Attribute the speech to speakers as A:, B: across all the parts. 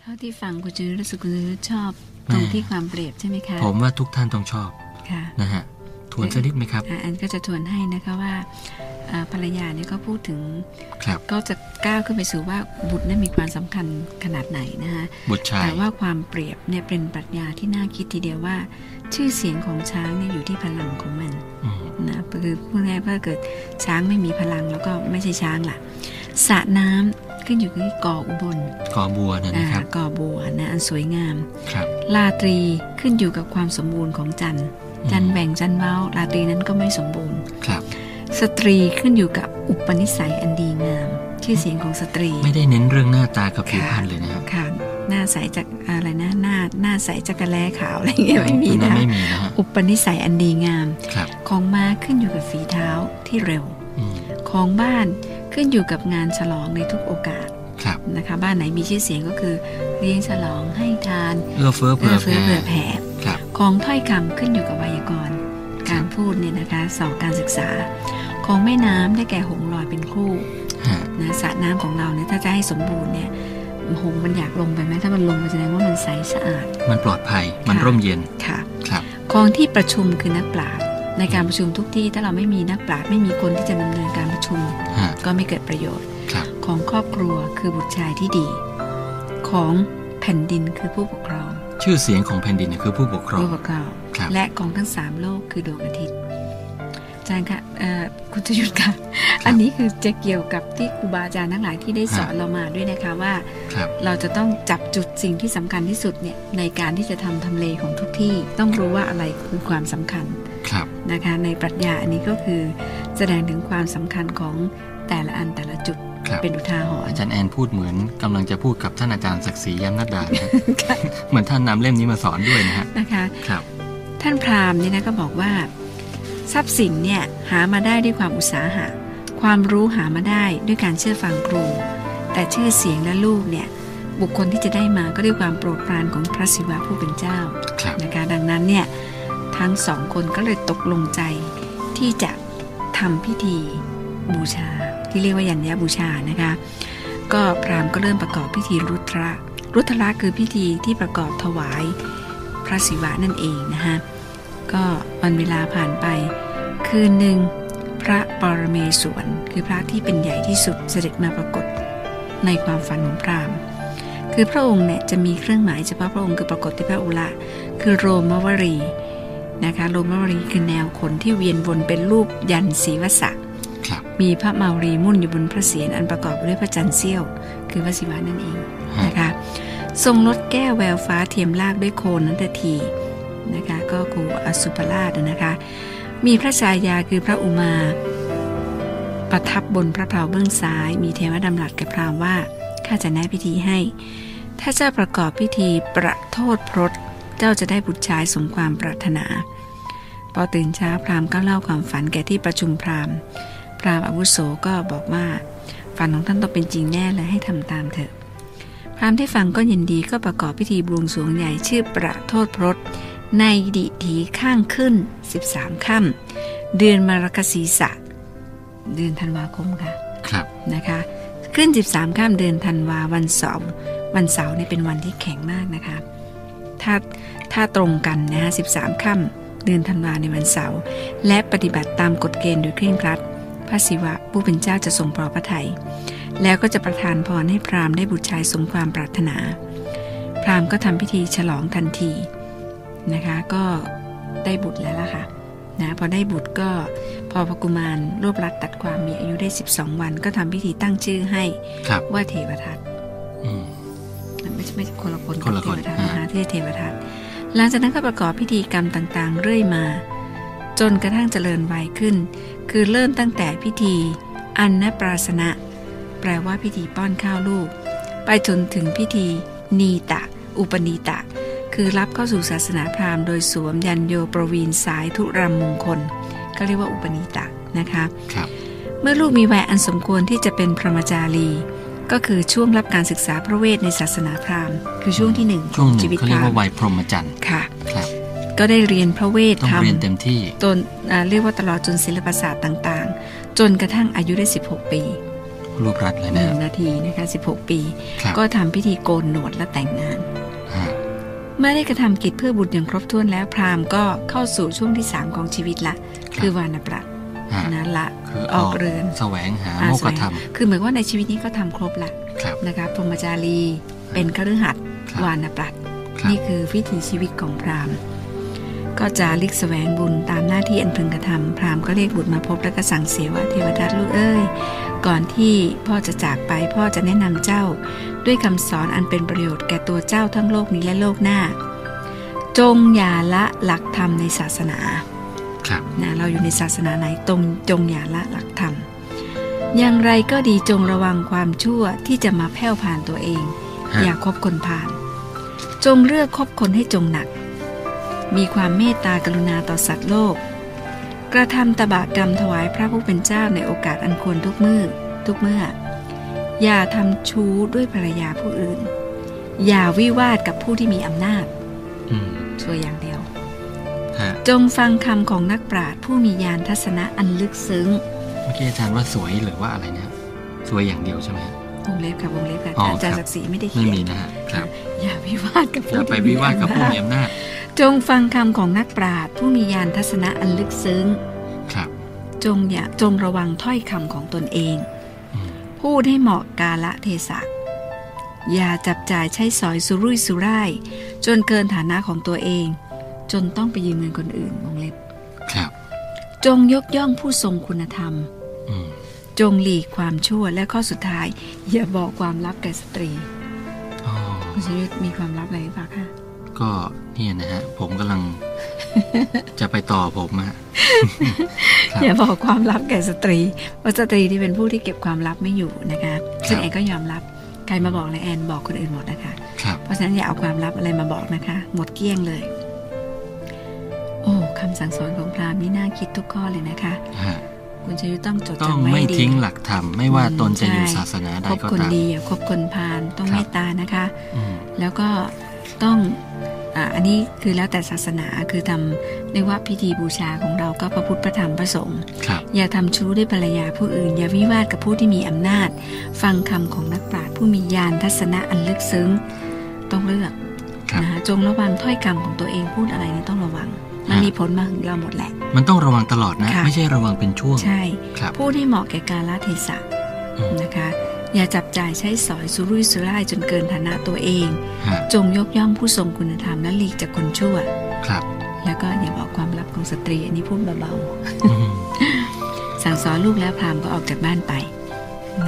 A: เท่าที่ฟังคุณจุยรู้สึกคุณจุยชอบ ตรง
B: อ่า
A: ที่ความเปรียบใช่ไหมคะ
B: ผมว่าทุกท่านต้องชอบ
A: ค่ะ
B: นะฮะทวนสักนิดไหมครับ
A: อ่าอันก็จะทวนให้นะคะว่าอ่าภรรยาเนี่ยก็พูดถึง
B: ครับ
A: ก็จะก้าวขึ้นไปสู่ว่าบุตรนั้นมีความสำคัญขนาดไหนนะคะ
B: บุตรชาย
A: แต่ว่าความเปรียบเนี่ยเป็นปรัชญาที่น่าคิดทีเดียวว่า ชื่อเสียงของช้างเนี่ยอยู่ที่พลังของมัน
B: อืม
A: นะคือพูดง่ายๆว่าเกิดช้างไม่มีพลังแล้วก็ไม่ใช่ช้างล่ะสระน้ำขึ้นอยู่ที่กออุบล
B: กอบัวนะ
A: อ่า
B: นะครับ
A: กอบัวนะอันสวยงาม
B: ครับ
A: ลาตรีขึ้นอยู่กับความสมบูรณ์ของจันทร์
B: อืม
A: จันทร์แบ่งจันทร์เว้าราตรีนั้นก็ไม่สมบูรณ์
B: ครับ
A: สตรีขึ้นอยู่กับอุปนิสัยอันดีงาม ชื่อเสียงของสตรี
B: ไม่ได้เน้นเรื่องหน้าตากับผิวพรรณเลยนะครับ
A: ค่ะหน้าใสจากอะไรนะหน้าหน้าใสจักรแลขาวอะไรอย่างเงี้ยไม่มี
B: ตรง
A: นะ
B: ไม่มีนะฮะ
A: อุปนิสัยอันดีงาม
B: ครับ
A: ของม้าขึ้นอยู่กับฝีเท้าที่เร็ว
B: อืม
A: ของบ้านขึ้นอยู่กับงานฉลองในทุกโอกาส
B: ครับ
A: นะคะบ้านไหนมีชื่อเสียงก็คือเลี้ยงฉลองให้ทาน
B: เอื้อเฟื้อ
A: เอื้
B: เผื่
A: อ
B: อ
A: เฟื้อ
B: แผ่
A: เผื่อแผ่
B: ครับ
A: ของถ้อยคำขึ้นอยู่กับไวยากรณ์ การพูดเนี่ยนะคะสอบการศึกษา ของแม่น้ำได้แก่หงส์ลอยเป็นคู่
B: ฮะ
A: นะสระน้ำของเราเนี่ยถ้าจะให้สมบูรณ์เนี่ยหงส์มันอยากลงไปไหมถ้ามันลงมันแสดงว่ามันใสสะอาด
B: มันปลอดภัยมันร่มเย็น
A: ค่ะ
B: ครับ
A: ของที่ประชุมคือนักปราชญ์ในการประชุมทุกที่ถ้าเราไม่มีนักปราชญ์ไม่มีคนที่จะดำเนินการประชุม
B: ฮะ
A: ก็ไม่เกิดประโยชน์
B: ครับ
A: ของครอบครัวคือบุตรชายที่ดี ของแผ่นดินคือผู้ปกครอง
B: ชื่อเสียงของแผ่นดินคือผู้ปกครอง
A: ผู้ปกครอง
B: ครับ
A: และของทั้งสามโลกคือดวงอาทิตย์อาจารย์คะเอ่อคุณจะหยุดค่ะ อันนี้คือจะเกี่ยวกับที่ครูบาอาจารย์ทั้งหลายที่ได้สอนเรามาด้วยนะคะว่า
B: ครับ
A: เราจะต้องจับจุดสิ่งที่สำคัญที่สุดเนี่ยในการที่จะทำทำเลของทุกที่ต้องรู้ว่าอะไรคือความสำคัญ
B: ครับ
A: นะคะในปรัชญาอันนี้ก็คือ แสดงถึงความสำคัญของแต่ละอันแต่ละจุด
B: ครับ
A: เป็นอุทาหร
B: อา
A: ณ์
B: จารย์แอนพูดเหมือนกำลังจะพูดกับท่านอาจารย์ศักดิ์ศรียามนัดดานะฮะเหมือนท่านนำเล่มนี้มาสอนด้วยนะฮะ
A: นะคะ
B: ครับ
A: ท่านพราหมณ์เนี่ยนะก็บอกว่า ทรัพย์สินเนี่ยหามาได้ด้วยความอุตสาหะ ความรู้หามาได้ด้วยการเชื่อฟังครู แต่ชื่อเสียงและลูกเนี่ยบุคคลที่จะได้มาก็ด้วยความโปรดปรานของพระศิวะผู้เป็นเจ้า
B: ครับ
A: นะคะดังนั้นเนี่ยทั้งสองคนก็เลยตกลงใจที่จะทำพิธีบูชา ที่เรียกว่ายัญญบูชานะคะ ก็พราหมณ์ก็เริ่มประกอบพิธีรุทระรุทระคือพิธีที่ประกอบถวายพระศิวะนั่นเองนะคะก็วันเวลาผ่านไปคืนหนึ่งพระปรเมศวรคือพระที่เป็นใหญ่ที่สุดเสด็จมาปรากฏในความฝันของพราหมณ์ คือพระองค์เนี่ยจะมีเครื่องหมายเฉพาะพระองค์คือปรากฏที่พระอุระ คือโรมวรีนะคะโรมวรีคือแนวขนที่เวียนวนเป็นรูปยันศีวสะ
B: ครับ
A: มีพระเมารีมุ่นอยู่บนพระเศียรอันประกอบด้วยพระจันทร์เสี้ยว คือพระศิวะนั่นเอง
B: ฮะ
A: นะคะทรงลดแก้วแววฟ้าเทียมลากด้วยโคนนันททีนะคะก็คืออสุภราชนะคะ มีพระชายาคือพระอุมา ประทับบนพระเพราเบื้องซ้าย มีเทวดำรัสกับพราหมณ์ว่าข้าจะแนะพิธีให้ ถ้าเจ้าประกอบพิธีประโทษพรตเจ้าจะได้บุตรชายสมความปรารถนา พอตื่นเช้าพราหมณ์ก็เล่าความฝันแก่ที่ประชุมพราหมณ์พราหมณ์อาวุโสก็บอกว่า ฝันของท่านต้องเป็นจริงแน่และให้ทำตามเถอะ พราหมณ์ที่ฟังก็ยินดีก็ประกอบพิธีบวงสรวงใหญ่ชื่อประโทษพรตในดิถีข้างขึ้น 13ค่ำเดือนมรกศีสะเดือนธันวาคมค่ะ
B: ครับ
A: นะคะขึ้น 13 ข้ามเดือนธันวาวันเสาร์วันเสาร์เนี่ยเป็นวันที่แข็งมากนะคะ ถ้าถ้าตรงกันนะคะ13 ข้ามเดือนธันวาในวันเสาร์และปฏิบัติตามกฎเกณฑ์โดยเคร่งครัด พระศิวะผู้เป็นเจ้าจะทรงปลอบพระทัยแล้วก็จะประทานพรให้พราหมณ์ได้บุตรชายสมความปรารถนา พราหมณ์ก็ทำพิธีฉลองทันทีนะคะก็ได้บุตรแล้วล่ะค่ะนะพอได้บุตรก็ พอพระกุมารรวบรัดตัดความมีอายุได้ 12 วัน ก็ทำพิธีตั้งชื่อให้
B: ครับ
A: ว่าเทวทัต
B: อืม
A: ไม่ใช่ไม่ใช่คนละคนกับ
B: คนละคน
A: เทวทัต
B: อ่า
A: นะคะที่เทวทัตหลังจากนั้นก็ประกอบพิธีกรรมต่างๆ เรื่อยมา จนกระทั่งเจริญวัยขึ้น คือเริ่มตั้งแต่พิธีอันนปราสนะ แปลว่าพิธีป้อนข้าวลูก ไปจนถึงพิธี นีตะ อุปนีตะ คือรับเข้าสู่ศาสนาพราหมณ์โดยสวมยันโยประวีนสายธุรามมงคล ก็เรียกว่าอุปนีตะนะคะ
B: ครับ
A: เมื่อลูกมีวัยอันสมควรที่จะเป็นพรหมจารี ก็คือช่วงรับการศึกษาพระเวทในศาสนาพราหมณ์ คือช่วงที่หนึ่งข
B: ช่
A: อ
B: ว
A: งง
B: หนึ่
A: ชี
B: ง
A: วิต
B: เขา
A: พ
B: เรีย
A: ราห
B: กว่ามวั
A: ณ์
B: ยพรหมจรรย์
A: ค่ะ
B: ครับ
A: ก็ได้เรียนพระเวท
B: ต้อง
A: ธรรม
B: เรียนเต็มที่
A: ตนอ่าเรียกว่าตลอดจนศิลปศาสตร์ต่างๆ จนกระทั่งอายุได้ 16 ปี
B: รูปรัดเลย
A: ห
B: นะค
A: นึ่
B: รั
A: ง
B: บ
A: นาทีนะคะ 16 ปี
B: ครับ
A: ก็ทำพิธีโกนหนวดและแต่งงาน
B: ฮะ
A: เมื่อได้กระทำกิจเพื่อบุตรอย่างครบถ้วนแล้วพราหมณ์ก็เข้าสู่ช่วงที่ 3 ของชีวิตละ คือวานประ
B: ฮะ
A: นะละ
B: คือ
A: อ
B: อ
A: อ
B: อก ก
A: เรือน
B: แสวงหา
A: อา
B: โมกขธรรม
A: แสวงคือเหมือนว่าในชีวิตนี้ก็ทำครบละ
B: ครับ
A: นะคะพรหมจารีเป็นคฤหัสถ์
B: ครับ
A: วานปรัต
B: ครับ
A: นี่คือวิถีชีวิตของพราหมณ์ ก็จาริกแสวงบุญตามหน้าที่อันพึงกระทำพราหมณ์ก็เรียกบุตรมาพบแล้วก็สั่งเสียว่าเทวทัตลูกเอ้ยก่อนที่พ่อจะจากไปพ่อจะแนะนำเจ้า ด้วยคำสอนอันเป็นประโยชน์แก่ตัวเจ้าทั้งโลกนี้และโลกหน้า จงอย่าละหลักธรรมในศาสนา
B: ครับ
A: นะเราอยู่ในศาสนาไหนตรงจงอย่าละหลักธรรม อย่างไรก็ดีจงระวังความชั่วที่จะมาแผ่วผ่านตัวเอง
B: ฮะ
A: อย่าคบคนผ่าน จงเลือกคบคนให้จงหนัก มีความเมตตากรุณาต่อสัตว์โลก กระทำตบะกรรมถวายพระผู้เป็นเจ้าในโอกาสอันควรทุกมือ้อทุกเมื่อ อย่าทำชู้ด้วยภรรยาผู้อื่น อย่าวิวาทกับผู้ที่มีอำนาจ
B: อืม
A: ช่วยอย่างเดียว
B: ฮะ
A: จงฟังคำของนักปราชญ์ผู้มีญาณทัศนะอันลึกซึ้ง
B: เมื่อกี้อาจารย์ว่าสวยหรือว่าอะไรนะสวยอย่างเดียวใช่ไหมฮะ
A: วงเล็บค่ะวงเล็บค่ะ
B: อ๋อ
A: อาจารย์
B: ครั
A: ศั
B: บ
A: กดิ์ศรีไม่ได้
B: ไม่
A: เขียน
B: มีนะฮะครับ
A: อย่าวิวาทกับ
B: อย่า
A: ผู้
B: ไป
A: ที่
B: วิวาทกับผู้มี
A: อำน
B: อำนาจ
A: จจงฟังคำของนักปราชญ์ผู้มีญาณทัศนะอันลึกซึ้ง
B: ครับ
A: จงอย่าจงระวังถ้อยคำของตนเอง
B: อืม
A: พูดให้เหมาะกาละเทศะอย่าจับจ่ายใช้สอยสุรุ่ยสุร่าย จนเกินฐานะของตัวเอง จนต้องไปยืมเงินคนอื่นวงเล็บ
B: ครับ
A: จงยกย่องผู้ทรงคุณธรรม
B: อืม
A: จงหลีกความชั่วและข้อสุดท้าย อย่าบอกความลับแก่สตรี
B: อ๋อ
A: คุณชยุทธมีความลับอะไรหรือเปล่าคะ
B: ก็เนี่ยนะฮะผมกำ ลัง จะไปต่อผมอะ ครับ
A: อย่าบอกความลับแก่สตรีว่าะสตรีที่เป็นผู้ที่เก็บความลับไม่อยู่นะคะซึ่ง
B: ครับ
A: แอนก็ยอมรับใครมาบอกเลยแอนบอกคนอื่นหมดนะคะ
B: ครับ
A: เพราะฉะนั้นอย่าเอาความลับอะไรมาบอกนะคะ หมดเกลี้ยงเลย โอ้คำสั่งสอนของพราหมณ์นี่น่าคิดทุกข้อเลยนะคะ
B: ฮะ
A: คุณชยุทธต้องจด
B: ต้อง
A: จำไว้
B: ไม่
A: ดี
B: ทิ้งหลักธรรมไม่ว่า
A: อืม
B: ตนจะอยู่
A: ใช่
B: ศาสนาใด
A: คบ
B: ก็
A: คน
B: ตาม
A: ดีอย่าคบคนพาลต้อง
B: ครั
A: เม
B: บ
A: ตตานะคะ
B: อืม
A: แล้วก็ต้องอาอันนี้คือแล้วแต่ศาสนาคือทำเรียกว่าพิธีบูชาของเราก็พระพุทธพระธรรมพระสงฆ์
B: ครับ
A: อย่าทำชู้ด้วยภรรยาผู้อื่น อย่าวิวาทกับผู้ที่มีอำนาจ ฟังคำของนักปราชญ์ผู้มีญาณทัศนะอันลึกซึ้ง ต้องเลือก
B: ครับ
A: นะคะจงระวังถ้อยคำของตัวเองพูดอะไรนี่ต้องระวัง มัน
B: ฮะ
A: มีผลมาถึงเราหมดแหละ
B: มันต้องระวังตลอดนะ
A: ค่ะ
B: ไม่ใช่ระวังเป็นช่วง
A: ใช่
B: ครับ
A: พูดให้เหมาะแก่กาลเทศะ
B: อืม
A: นะคะ อย่าจับจ่ายใช้สอยสุรุ่ยสุร่ายจนเกินฐานะตัวเอง
B: ฮะ
A: จงยกย่องผู้ทรงคุณธรรมและหลีกจากคนชั่ว
B: ครับ
A: แล้วก็อย่าบอกความลับของสตรีอันนี้พูดเบา
B: อืม
A: ๆ สั่งสอนลูกแล้วพราหมณ์ก็ออกจากบ้านไป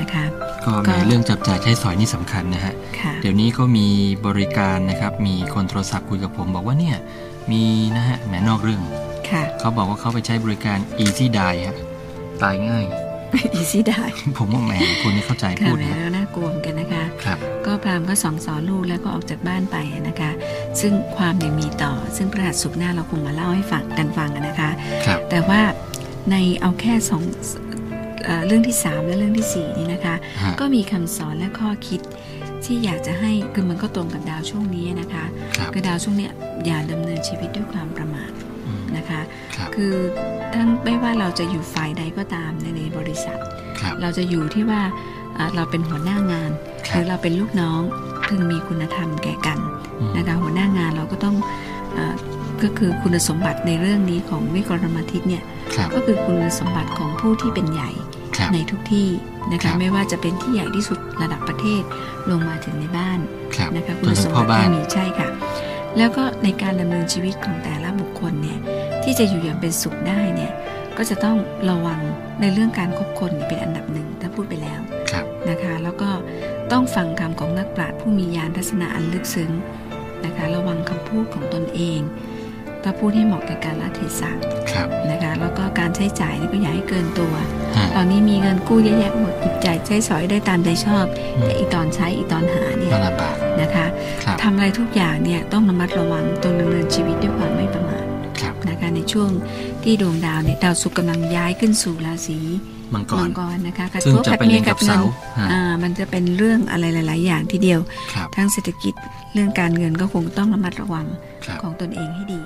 A: นะคะ
B: ก็
A: ก็
B: ในเรื่องจับจ่ายใช้สอยนี่สำคัญนะฮะ
A: ค่ะ
B: เดี๋ยวนี้ก็มีบริการนะครับ มีคนโทรศัพท์คุยกับผม บอกว่าเนี่ย มีนะฮะแหมนอกเรื่อง
A: ค่ะ
B: เขาบอกว่าเขาไปใช้บริการ Easy Die ฮะ ตายง่าย
A: อีซี่ได้
B: ผมว่าแหมคนนี้เข้าใจ
A: ค่ะ
B: พูด
A: แหม
B: นะฮะ
A: แล้วน่ากลัวเหมือนกันนะคะ
B: ครับ
A: ก็พราหมณ์ก็สอนสอนลูกแล้วก็ออกจากบ้านไปนะคะ ซึ่งความยังมีต่อ ซึ่งพระหัสสุขหน้าเราคงมาเล่าให้ฟังกันฟังกันนะคะ
B: ครับ
A: แต่ว่าในเอาแค่สองเอ่อเรื่องที่สามและเรื่องที่สี่นี่นะคะ
B: ฮะ
A: ก็มีคำสอนและข้อคิดที่อยากจะให้คือมันก็ตรงกับดาวช่วงนี้นะคะ
B: ครับ
A: คือดาวช่วงเนี้ยอย่าดำเนินชีวิตด้วยความประมาท
B: อืม
A: นะคะ
B: ครับ
A: คือทั้งไม่ว่าเราจะอยู่ฝ่ายใดก็ตามในในบริษัท
B: ครับ
A: เราจะอยู่ที่ว่าเอ่อเราเป็นหัวหน้างาน
B: ค
A: ห
B: รั
A: รื
B: บ
A: อเราเป็นลูกน้องพึงมีคุณธรรมแก่กัน
B: อืม
A: นะคะหัวหน้างานเราก็ต้องเออก็คือคุณสมบัติในเรื่องนี้ของวิกรณมาทิตย์เนี่ย
B: ครับ
A: ก็คือคุณสมบัติของผู้ที่เป็นใหญ่
B: ครับ
A: ในทุกที่นะ
B: ครั
A: คะ
B: บ
A: ไม่ว่าจะเป็นที่ใหญ่ที่สุดระดับประเทศลงมาถึงในบ้าน
B: ครับ
A: นะคะ
B: จ
A: คุ
B: น
A: ณ
B: ถึ
A: ส
B: ง
A: ม
B: พ่อ
A: บั
B: บ้า
A: ติ
B: น
A: ที่มีใช่ค่ะ แล้วก็ในการดำเนินชีวิตของแต่ละบุคคลเนี่ยที่จะอยู่อย่างเป็นสุขได้เนี่ยก็จะต้องระวังในเรื่องการคบคนเนี่ยเป็นอันดับหนึ่งถ้าพูดไปแล้ว
B: ครับ
A: นะคะ แล้วก็ต้องฟังคำของนักปราชญ์ผู้มีญาณทัศนะอันลึกซึ้งนะคะระวังคำพูดของตนเองถ้าพูดให้เหมาะกับการละเทศะ
B: ครับ
A: นะคะ แล้วก็การใช้จ่ายเนี่ยก็อย่าให้เกินตัว
B: ฮะ
A: ตอนนี้มีเงินกู้เยอะแยะหมดหยิบจ่ายใช้สอยได้ตามใจชอบ
B: อืม
A: แต่อีตอนใช้อีตอนหาเนี่ย
B: ก็ลำบาก
A: นะคะ
B: ครับ
A: ทำอะไรทุกอย่างเนี่ยต้องระมัดระวังตนดำเนินชีวิตด้วยความไม่ประมาท
B: ครับ
A: นะคะในช่วงที่ดวงดาวเนี่ยดาวศุกร์กำลังย้ายขึ้นสู่ราศี
B: มังก
A: มั
B: ร
A: งกรนะคะกระ
B: ซึ่ง
A: ทบ
B: จะ
A: กับ
B: เป็น
A: เมีย
B: เล็ง
A: กั
B: กั
A: บบ เงิ
B: เสาน ฮะ
A: อ่ามันจะเป็นเรื่องอะไรหลาย ๆ อย่างทีเดียว
B: ครับ
A: ทั้งเศรษฐกิจเรื่องการเงินก็คงต้องระมัดระวัง
B: ครับ
A: ของตนเองให้ดี